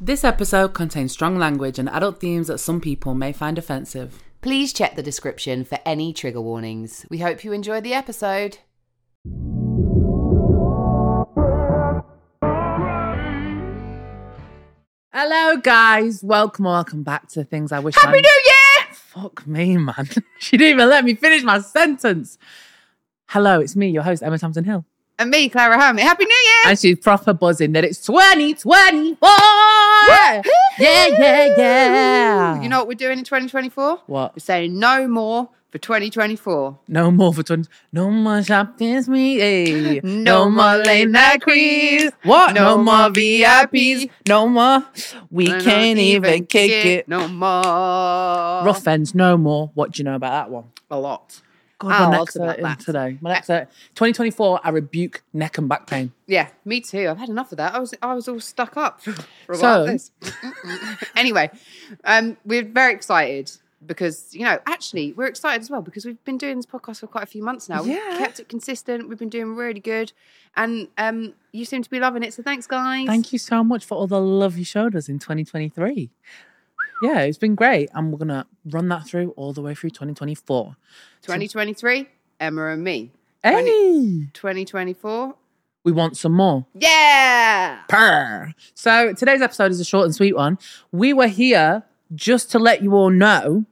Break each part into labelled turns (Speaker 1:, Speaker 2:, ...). Speaker 1: This episode contains strong language and adult themes that some people may find offensive.
Speaker 2: Please check the description for any trigger warnings. We hope you enjoy the episode.
Speaker 1: Hello, guys. Welcome, welcome back to Things I Wish I
Speaker 2: Happy New Year!
Speaker 1: Fuck me, man. she didn't even let me finish my sentence. Hello, it's me, your host, Emma Thompson Hill.
Speaker 2: And me, Clara Hermit. Happy New Year!
Speaker 1: And she's proper buzzing that it's 2024. Yeah, yeah, yeah.
Speaker 2: You know what we're doing in 2024?
Speaker 1: what?
Speaker 2: We're saying no more for 2024.
Speaker 1: No more for 20. No more shop this week. eh.
Speaker 2: No more late night creeps.
Speaker 1: What? No,
Speaker 2: No more
Speaker 1: more VIPs. No more. We
Speaker 2: No, no,
Speaker 1: can't even kick it.
Speaker 2: No more.
Speaker 1: Rough ends, no more. What do you know about that one?
Speaker 2: A lot.
Speaker 1: God,
Speaker 2: I'll
Speaker 1: my
Speaker 2: ask
Speaker 1: neck's
Speaker 2: about
Speaker 1: hurting
Speaker 2: that.
Speaker 1: today. My neck's hurting. 2024, I rebuke neck and back pain.
Speaker 2: Yeah, me too. I've had enough of that. I was I was all stuck up for a
Speaker 1: So-
Speaker 2: while. This. anyway, um, we're very excited because you know actually we're excited as well because we've been doing this podcast for quite a few months now.
Speaker 1: Yeah.
Speaker 2: We've kept it consistent. We've been doing really good, and um, you seem to be loving it. So thanks, guys.
Speaker 1: Thank you so much for all the love you showed us in 2023. Yeah, it's been great. And we're going to run that through all the way through 2024.
Speaker 2: 2023, Emma and me.
Speaker 1: Hey,
Speaker 2: 2024,
Speaker 1: we want some more.
Speaker 2: yeah.
Speaker 1: Purr. So today's episode is a short and sweet one. We were here just to let you all know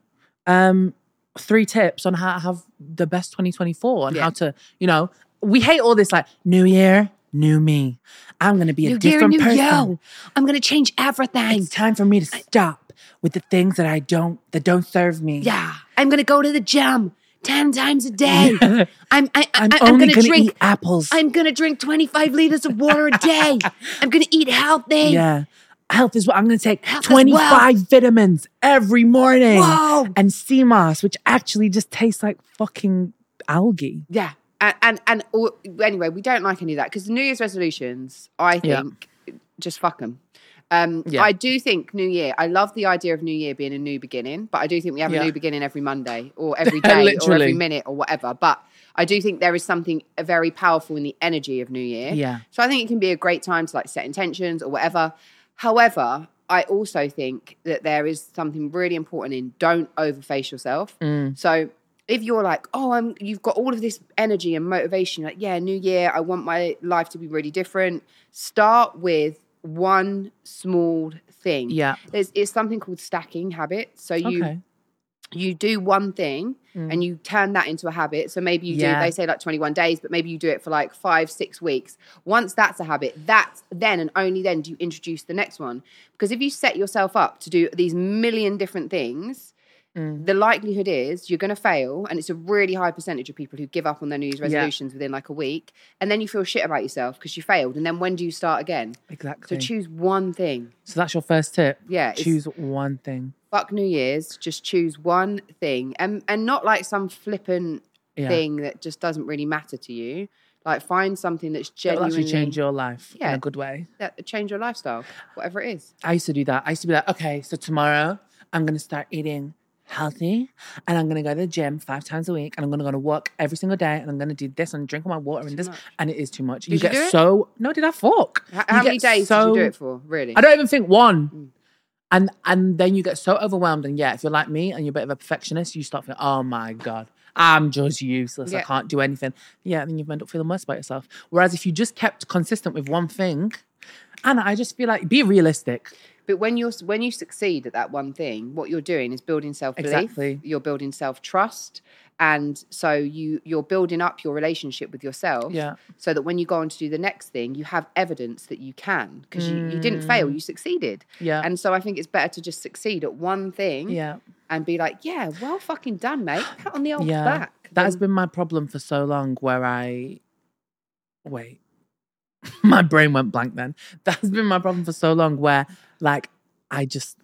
Speaker 1: um, three tips on how to have the best 2024 and
Speaker 2: Yeah.
Speaker 1: how to, you know, we hate all this like new year, new me. I'm going to be a different person.
Speaker 2: I'm gonna change everything.
Speaker 1: It's time for me to stop with the things that I don't that don't serve me.
Speaker 2: Yeah, I'm gonna go to the gym ten times a day. I'm I, I,
Speaker 1: I'm,
Speaker 2: I'm,
Speaker 1: only
Speaker 2: gonna,
Speaker 1: gonna,
Speaker 2: drink.
Speaker 1: eat apples.
Speaker 2: I'm gonna drink 25 liters of water a day. I'm gonna eat healthy.
Speaker 1: yeah. Health is what I'm going to take
Speaker 2: Health is
Speaker 1: 25 vitamins every morning.
Speaker 2: Whoa.
Speaker 1: And sea moss, which actually just tastes like fucking algae.
Speaker 2: yeah. And and, and all, anyway, we don't like any of that because New Year's resolutions, I
Speaker 1: Yeah.
Speaker 2: think, just fuck them. Um,
Speaker 1: Yeah.
Speaker 2: I do think New Year. I love the idea of New Year being a new beginning, but I do think we have
Speaker 1: Yeah.
Speaker 2: a new beginning every Monday or every day or every
Speaker 1: Literally.
Speaker 2: minute or whatever. But I do think there is something very powerful in the energy of New Year.
Speaker 1: Yeah.
Speaker 2: So I think it can be a great time to like set intentions or whatever. However, I also think that there is something really important in don't overface yourself.
Speaker 1: Mm.
Speaker 2: So if you're like, oh, I'm you've got all of this energy and motivation, like, yeah, new year, I want my life to be really different. Start with one small thing.
Speaker 1: Yeah.
Speaker 2: There's it's something called stacking habits. So you
Speaker 1: okay.
Speaker 2: you do one thing and you turn that into a habit. So maybe you
Speaker 1: Mm. Yeah.
Speaker 2: do, they say like 21 days, but maybe you do it for like five, six weeks. Once that's a habit, that's then and only then do you introduce the next one. Because if you set yourself up to do these million different things,
Speaker 1: Mm.
Speaker 2: the likelihood is you're going to fail. And it's a really high percentage of people who give up on their New Year's resolutions within like a week. And then you feel shit about yourself because you failed. And then when do you start again? So
Speaker 1: Exactly. So,
Speaker 2: choose one thing.
Speaker 1: that's your first tip.
Speaker 2: Yeah, it's-
Speaker 1: Choose one thing.
Speaker 2: fuck New Year's, just choose one thing and and not like some flippant
Speaker 1: Yeah.
Speaker 2: thing that just doesn't really matter to you. Like find something that's
Speaker 1: It'll
Speaker 2: genuinely
Speaker 1: actually change your life in
Speaker 2: Yeah.
Speaker 1: a good way.
Speaker 2: that change your lifestyle, whatever it is.
Speaker 1: I used to do that. I used to be like, okay, so tomorrow I'm going to start eating healthy and I'm going to go to the gym five times a week and I'm going to go to work every single day and I'm going to do this and drink all my water and this. And it is too much. you
Speaker 2: you
Speaker 1: get
Speaker 2: do it?
Speaker 1: so, no, did I fuck?
Speaker 2: How,
Speaker 1: You
Speaker 2: how many
Speaker 1: get
Speaker 2: days
Speaker 1: so-
Speaker 2: did you do it for? Really?
Speaker 1: I don't even think one. And and then you get so overwhelmed. And yeah, if you're like me and you're a bit of a perfectionist, you start thinking, oh my God, I'm just useless. I
Speaker 2: Yeah.
Speaker 1: can't do anything. Yeah, and then you end up feeling worse about yourself. Whereas if you just kept consistent with one thing, Anna, I just feel like be realistic.
Speaker 2: But when you're when you succeed at that one thing, what you're doing is building self belief.
Speaker 1: Exactly.
Speaker 2: You're building self trust, and so you you're building up your relationship with yourself.
Speaker 1: Yeah.
Speaker 2: So that when you go on to do the next thing, you have evidence that you can because you, you didn't fail, you succeeded.
Speaker 1: Mm. Yeah.
Speaker 2: And so I think it's better to just succeed at one thing.
Speaker 1: Yeah.
Speaker 2: And be like, yeah, well fucking done, mate. Pat on the old
Speaker 1: yeah.
Speaker 2: back.
Speaker 1: That has been my problem for so long where I wait. my brain went blank then. That has been my problem for so long where like I just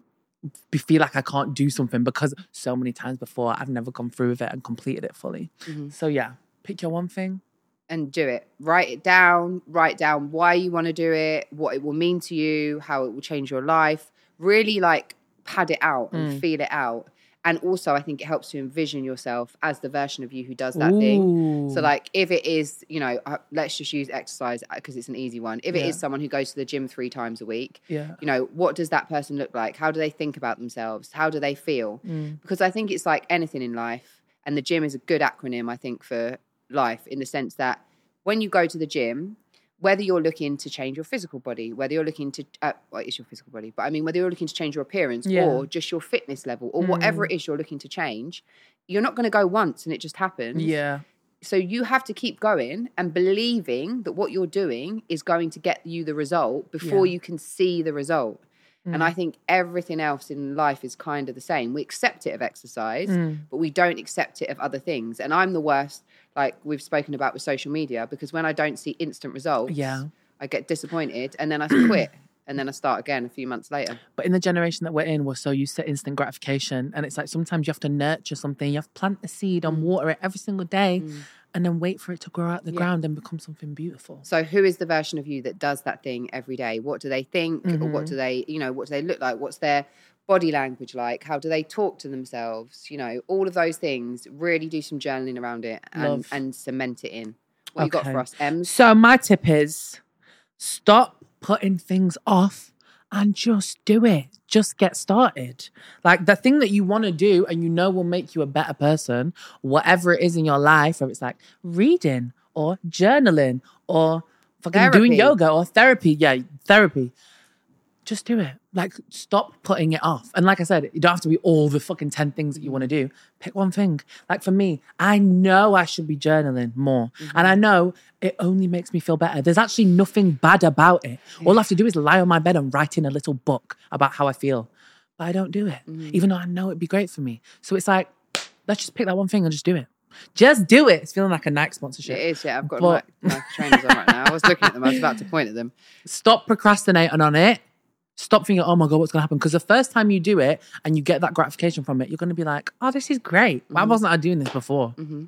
Speaker 1: be- feel like I can't do something because so many times before I've never gone through with it and completed it fully.
Speaker 2: Mm-hmm.
Speaker 1: So yeah, pick your one thing.
Speaker 2: and do it. Write it down, write down why you want to do it, what it will mean
Speaker 1: Mm.
Speaker 2: to you, how it will change your life. Really like pad it out and feel it out. And also, I think it helps to envision yourself as the version of you who does that thing. So,
Speaker 1: Ooh.
Speaker 2: like, if it is, you know, uh, let's just use exercise because it's an easy one. If it is
Speaker 1: Yeah.
Speaker 2: someone who goes to the gym three times a week,
Speaker 1: yeah.
Speaker 2: you know, what does that person look like? How do they think about themselves? How do they feel?
Speaker 1: Mm.
Speaker 2: Because I think it's like anything in life, and the gym is a good acronym, I think, for life in the sense that when you go to the gym, whether you're looking to change your physical body, whether you're looking to, uh, well, it's your physical body, but I mean, whether you're looking to change your appearance
Speaker 1: Yeah. Mm.
Speaker 2: or just your fitness level or whatever it is you're looking to change, you're not going to go once and it just happens.
Speaker 1: Yeah.
Speaker 2: So you have to keep going and believing that what you're doing is going to get you the result before
Speaker 1: Yeah. Mm.
Speaker 2: you can see the result. And I think everything else in life is kind of the same. We accept it of exercise,
Speaker 1: Mm.
Speaker 2: but we don't accept it of other things. And I'm the worst, like we've spoken about with social media, because when I don't see instant results,
Speaker 1: Yeah.
Speaker 2: I get disappointed and then I quit and then I start again a few months later.
Speaker 1: But in the generation that we're in, we're so used to instant gratification. And it's like sometimes you have to nurture something, you have to plant a seed and water it every single day and then wait for it to grow out the
Speaker 2: Yeah.
Speaker 1: ground and become something beautiful.
Speaker 2: So who is the version of you that does that thing every day? What do they think? Or
Speaker 1: Mm-hmm.
Speaker 2: what do they, you know, what do they look like? What's their body language like? How do they talk to themselves? You know, all of those things. Really do some journaling around it and,
Speaker 1: Love.
Speaker 2: and cement it in. What you got
Speaker 1: Okay.
Speaker 2: for us, Ems?
Speaker 1: So my tip is stop putting things off and just do it. Just get started. Like the thing that you want to do and you know will make you a better person, whatever it is in your life, whether it's like reading or journaling or fucking doing
Speaker 2: Therapy.
Speaker 1: yoga or therapy. Yeah, therapy. Just do it. Like stop putting it off. And like I said, you don't have to be all the fucking 10 things that you want to do. Pick one thing. Like for me, I know I should be journaling more. And I know it only makes me feel better. There's actually nothing bad about it. All I have to do is lie on my bed and write in a little book about how I feel. But I don't do it, even though I know it'd be great for me. So it's like, let's just pick that one thing and just do it. Just do it. It's feeling like a Nike sponsorship.
Speaker 2: It is, yeah. I've got
Speaker 1: But-
Speaker 2: my, my trainers on right now. I was looking at them. I was about to point at them.
Speaker 1: Stop procrastinating on it. Stop thinking, oh my God, what's going to happen? Because the first time you do it and you get that gratification from it, you're going to be like, oh, this is great. Why wasn't I doing this before?
Speaker 2: hmm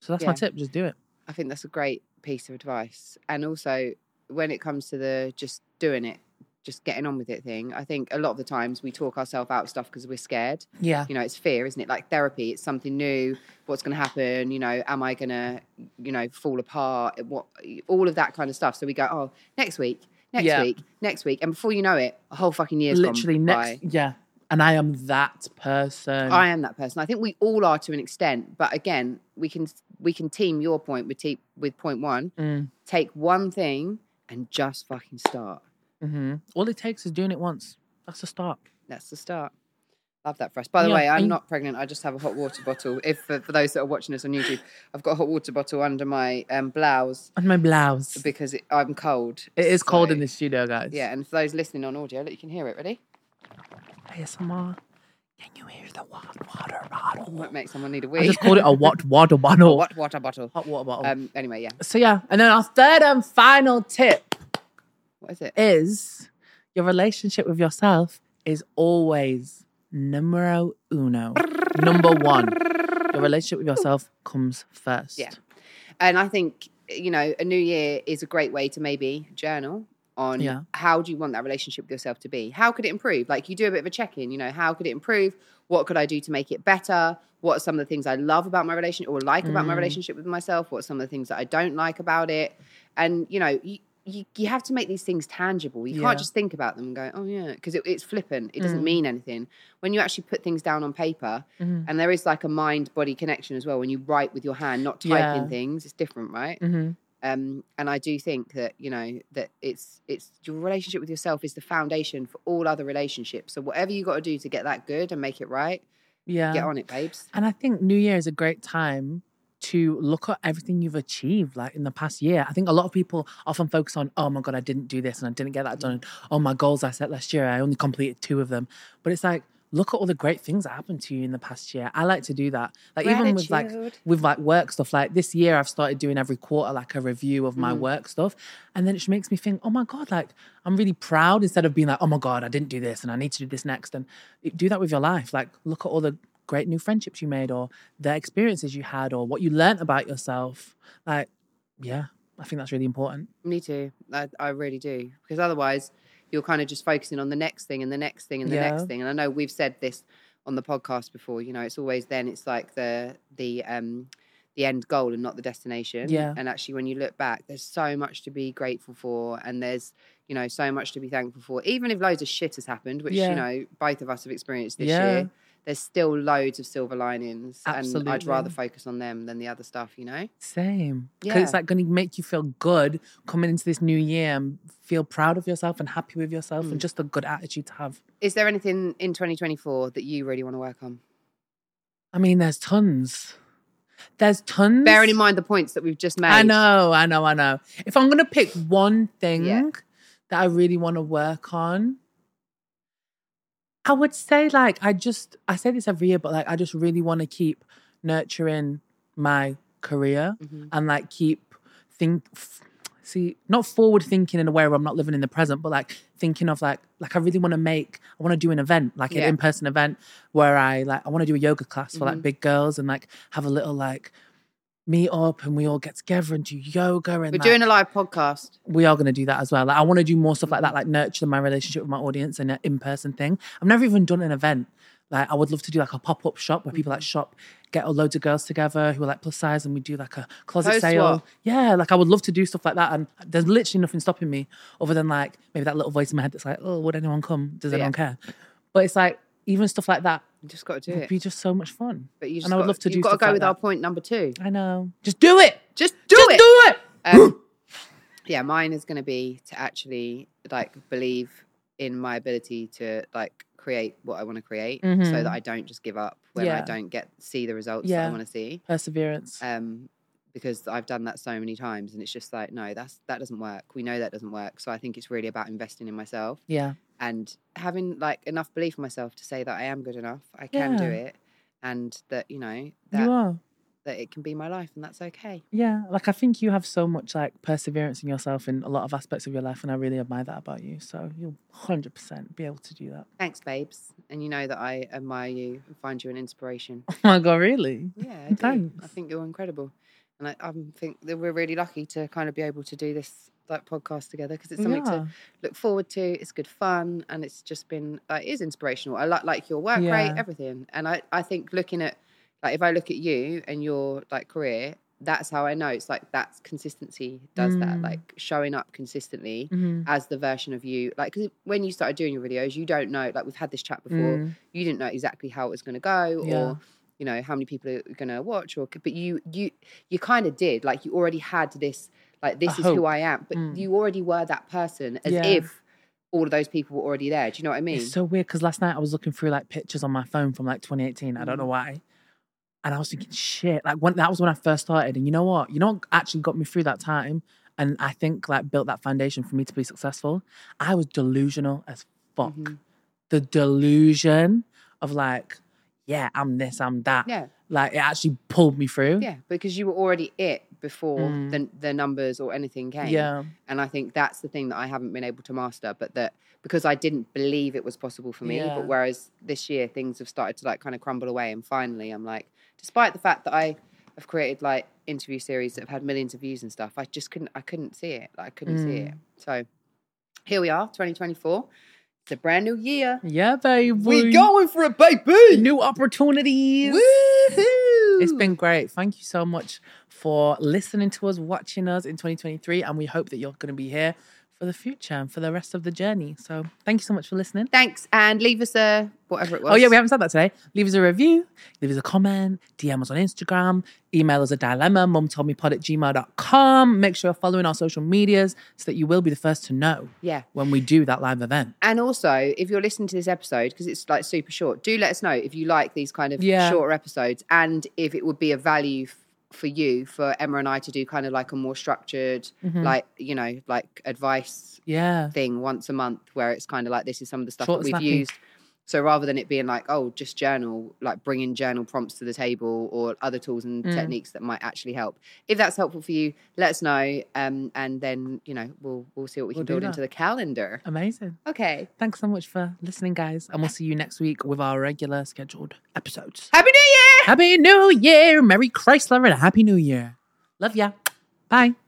Speaker 1: So that's
Speaker 2: Yeah.
Speaker 1: my tip. Just do it.
Speaker 2: I think that's a great piece of advice. And also, when it comes to the just doing it, just getting on with it thing, I think a lot of the times we talk ourselves out of stuff because we're scared.
Speaker 1: Yeah.
Speaker 2: you know it's fear isn't it like therapy it's something new what's going to happen you know am i going to you know fall apart what all of that kind of stuff so we go oh next week next
Speaker 1: Yeah.
Speaker 2: week next week and before you know it a whole fucking year's gone
Speaker 1: Literally
Speaker 2: by.
Speaker 1: next. Yeah. And I am that person.
Speaker 2: I am that person. I think we all are to an extent, but again, we can we can team your point with te- with point one.
Speaker 1: Mm.
Speaker 2: Take one thing and just fucking start.
Speaker 1: hmm All it takes is doing it once. That's a start.
Speaker 2: That's the start. Love that for us. By the
Speaker 1: Yeah,
Speaker 2: way, I'm
Speaker 1: and-
Speaker 2: not pregnant. I just have a hot water bottle. If for, for those that are watching us on YouTube, I've got a hot water bottle under my um, blouse
Speaker 1: And my blouse.
Speaker 2: because it, I'm cold.
Speaker 1: It is cold
Speaker 2: So,
Speaker 1: in the studio, guys.
Speaker 2: Yeah, and for those listening on audio, look, you can hear it. Ready?
Speaker 1: ASMR. Can you hear the water water bottle?
Speaker 2: Might make someone need a
Speaker 1: I
Speaker 2: wee.
Speaker 1: just called Oh. it a what water bottle.
Speaker 2: Hot water bottle.
Speaker 1: Hot water bottle.
Speaker 2: Um. Anyway, yeah.
Speaker 1: so yeah, and then our third and final tip
Speaker 2: What is it?
Speaker 1: is your relationship with yourself is always numero uno, number one. Your relationship with yourself comes first.
Speaker 2: Yeah. And I think, you know, a new year is a great way to maybe journal on
Speaker 1: Yeah.
Speaker 2: how do you want that relationship with yourself to be? How could it improve? Like you do a bit of a check in, you know, how could it improve? What could I do to make it better? What are some of the things I love about my relationship or like about
Speaker 1: Mm.
Speaker 2: my relationship with myself? What are some of the things that I don't like about it? And, you know, you, you, you have to make these things tangible. You
Speaker 1: Yeah. Mm.
Speaker 2: can't just think about them and go, oh, yeah, because it, it's flippant. It doesn't mean anything. When you actually put things down on paper,
Speaker 1: Mhm.
Speaker 2: and there is like a mind body connection as well when you write with your hand, not typing
Speaker 1: Yeah.
Speaker 2: things, it's different, right?
Speaker 1: Mm-hmm.
Speaker 2: um, and I do think that you know that it's it's your relationship with yourself is the foundation for all other relationships. So whatever you got to do to get that good and make it right,
Speaker 1: Yeah.
Speaker 2: get on it, babes.
Speaker 1: And I think New Year is a great time to look at everything you've achieved like in the past year. I think a lot of people often focus on, oh my God, I didn't do this and I didn't get that done. Oh, my goals I set last year, I only completed two of them. But it's like, look at all the great things that happened to you in the past year. I like to do that. Like even with like
Speaker 2: Gratitude.
Speaker 1: with like work stuff, like this year I've started doing every quarter like a review of my work stuff. And then it just makes me think, oh my God, like I'm really proud instead of being like, oh my God, I didn't do this and I need to do this next. And it- do that with your life. Like look at all the great new friendships you made or the experiences you had or what you learnt about yourself. Like, yeah, I think that's really important.
Speaker 2: Me too. I, I really do because otherwise you're kind of just focusing on the next thing and the next thing and the
Speaker 1: Yeah.
Speaker 2: next thing. And I know we've said this on the podcast before. You know, it's always then it's like the the um the end goal and not the destination.
Speaker 1: Yeah.
Speaker 2: And actually, when you look back, there's so much to be grateful for, and there's you know so much to be thankful for. Even if loads of shit has happened, which
Speaker 1: Yeah.
Speaker 2: you know both of us have experienced this
Speaker 1: Yeah.
Speaker 2: year, there's still loads of silver linings, and I'd
Speaker 1: Absolutely.
Speaker 2: rather focus on them than the other stuff. You know.
Speaker 1: Same. Because
Speaker 2: Yeah.
Speaker 1: it's like going to make you feel good coming into this new year and feel proud of yourself and happy with yourself and just a good attitude to have.
Speaker 2: Is there anything in 2024 that you really want to work on?
Speaker 1: I mean, there's tons. There's tons.
Speaker 2: Bearing in mind the points that we've just made.
Speaker 1: I know, I know, I know. If I'm gonna pick one thing
Speaker 2: Yeah.
Speaker 1: that I really want to work on, I would say like I just I say this every year, but like I just really want to keep nurturing my career
Speaker 2: Mhm.
Speaker 1: Mm. and like keep think f- see not forward thinking in a way where I'm not living in the present, but like thinking of like like I really want to make I want to do an event like
Speaker 2: Yeah.
Speaker 1: an
Speaker 2: Mm-hmm.
Speaker 1: in person event where I like I want to do a yoga class for like big girls and like have a little like meet up and we all get together and do yoga and
Speaker 2: We're
Speaker 1: like,
Speaker 2: doing a live podcast.
Speaker 1: we are going to do that as well. Like, I want to do more stuff like that, like nurture my relationship with my audience and an in person thing. I've never even done an event. Like, I would love to do like a pop up shop where people
Speaker 2: Mm-hmm.
Speaker 1: like shop, get loads of girls together who are like plus size, and we do like a closet
Speaker 2: Post
Speaker 1: sale.
Speaker 2: what?
Speaker 1: Yeah, like I would love to do stuff like that. And there's literally nothing stopping me other than like maybe that little voice in my head that's like, oh, would anyone come? Does
Speaker 2: Yeah.
Speaker 1: anyone care? But it's like, even stuff like that
Speaker 2: You just got to do
Speaker 1: would
Speaker 2: it.
Speaker 1: be just so much fun.
Speaker 2: But you just
Speaker 1: and I would
Speaker 2: got,
Speaker 1: love to do
Speaker 2: You've got to
Speaker 1: stuff
Speaker 2: go
Speaker 1: like
Speaker 2: with
Speaker 1: that.
Speaker 2: our point number two.
Speaker 1: I know. Just do it.
Speaker 2: Just do
Speaker 1: Just
Speaker 2: it.
Speaker 1: do it.
Speaker 2: Um, yeah, mine is going to be to actually like believe in my ability to like create what I want to create, so
Speaker 1: Mhm.
Speaker 2: that I don't just give up when I
Speaker 1: Yeah.
Speaker 2: don't get see the results that I
Speaker 1: Yeah.
Speaker 2: want to see.
Speaker 1: Perseverance.
Speaker 2: Um, because I've done that so many times, and it's just like, no, that's that doesn't work. We know that doesn't work. So I think it's really about investing in myself.
Speaker 1: yeah.
Speaker 2: and having like enough belief in myself to say that I am good enough, I can do
Speaker 1: Yeah.
Speaker 2: it, and that you know
Speaker 1: You
Speaker 2: that,
Speaker 1: are.
Speaker 2: that it can be my life and that's okay.
Speaker 1: Yeah, like I think you have so much like perseverance in yourself in a lot of aspects of your life, and I really admire that about you. So you'll hundred percent be able to do that.
Speaker 2: Thanks, babes, and you know that I admire you and find you an inspiration.
Speaker 1: Oh my god, really?
Speaker 2: Yeah, I do. I
Speaker 1: Thanks.
Speaker 2: think you're incredible, and I, I think that we're really lucky to kind of be able to do this like podcast together because it's something to
Speaker 1: yeah.
Speaker 2: look forward to. It's good fun, and it's just been like it is inspirational. I like like your work rate,
Speaker 1: Yeah.
Speaker 2: everything, and I I think looking at like if I look at you and your like career, that's how I know it's like that's consistency does that
Speaker 1: Mm.
Speaker 2: like showing up consistently
Speaker 1: Mhm.
Speaker 2: as the version of you like 'cause when you started doing your videos, you don't know like we've had this chat before.
Speaker 1: Mm.
Speaker 2: You didn't know exactly how it was going to go
Speaker 1: Yeah.
Speaker 2: or. You know how many people are going to watch, or but you you you kind of did like you already had this like this
Speaker 1: I
Speaker 2: is who
Speaker 1: hope.
Speaker 2: I am, but
Speaker 1: Mm.
Speaker 2: you already were that person as
Speaker 1: Yeah.
Speaker 2: if all of those people were already there. Do you know what I mean?
Speaker 1: It's so weird because last night I was looking through like pictures on my phone from like 2018. I don't
Speaker 2: Mm.
Speaker 1: know why. And I was thinking, shit, like when that was when I first started. And you know what? You know what actually got me through that time and I think like built that foundation for me to be successful? I was delusional as fuck.
Speaker 2: Mhm.
Speaker 1: The delusion of like, yeah, I'm this, I'm that.
Speaker 2: yeah,
Speaker 1: Like it actually pulled me through.
Speaker 2: yeah, because you were already it before
Speaker 1: Mm.
Speaker 2: the the numbers or anything came.
Speaker 1: Yeah.
Speaker 2: and I think that's the thing that I haven't been able to master, but that because I didn't believe it was possible for me.
Speaker 1: Yeah.
Speaker 2: But whereas this year things have started to like kind of crumble away, and finally I'm like, despite the fact that I have created like interview series that have had millions of views and stuff, I just couldn't I couldn't see it. Like, I couldn't see
Speaker 1: Mm.
Speaker 2: it. So here we are, 2024. It's a brand new year.
Speaker 1: Yeah, baby.
Speaker 2: going for it, baby.
Speaker 1: new opportunities.
Speaker 2: Woohoo!
Speaker 1: It's been great. Thank you so much for listening to us, watching us in 2023. And we hope that you're going to be here for the future and for the rest of the journey. So thank you so much for listening.
Speaker 2: Thanks, and leave us a whatever it was.
Speaker 1: Oh, yeah, we haven't said that today. Leave us a review, leave us a comment, DM us on Instagram, email us a dilemma, mumtoldmepod at gmail.com. Make sure you're following our social medias so that you will be the first to know
Speaker 2: yeah.
Speaker 1: when we do that live event.
Speaker 2: And also, if you're listening to this episode, because it's like super short, do let us know if you like these kind of
Speaker 1: Yeah.
Speaker 2: shorter episodes and if it would be a value f- for you, for Emma and I to do kind of like a more structured,
Speaker 1: Mm.
Speaker 2: like, you know, like advice
Speaker 1: Yeah.
Speaker 2: thing once a month where it's kind of like this is some of the stuff
Speaker 1: Short
Speaker 2: that
Speaker 1: and
Speaker 2: we've
Speaker 1: snappy.
Speaker 2: used. So rather than it being like, oh, just journal, like bringing journal prompts to the table or other tools and
Speaker 1: Mm.
Speaker 2: techniques that might actually help. If that's helpful for you, let us know. Um, and then, you know, we'll, we'll see what we
Speaker 1: We'll
Speaker 2: can
Speaker 1: do
Speaker 2: build
Speaker 1: that.
Speaker 2: into the calendar.
Speaker 1: Amazing.
Speaker 2: Okay.
Speaker 1: Thanks so much for listening, guys. And we'll see you next week with our regular scheduled episodes.
Speaker 2: Happy New Year!
Speaker 1: Happy New Year! Merry Chrysler and a Happy New Year. Love ya. Bye.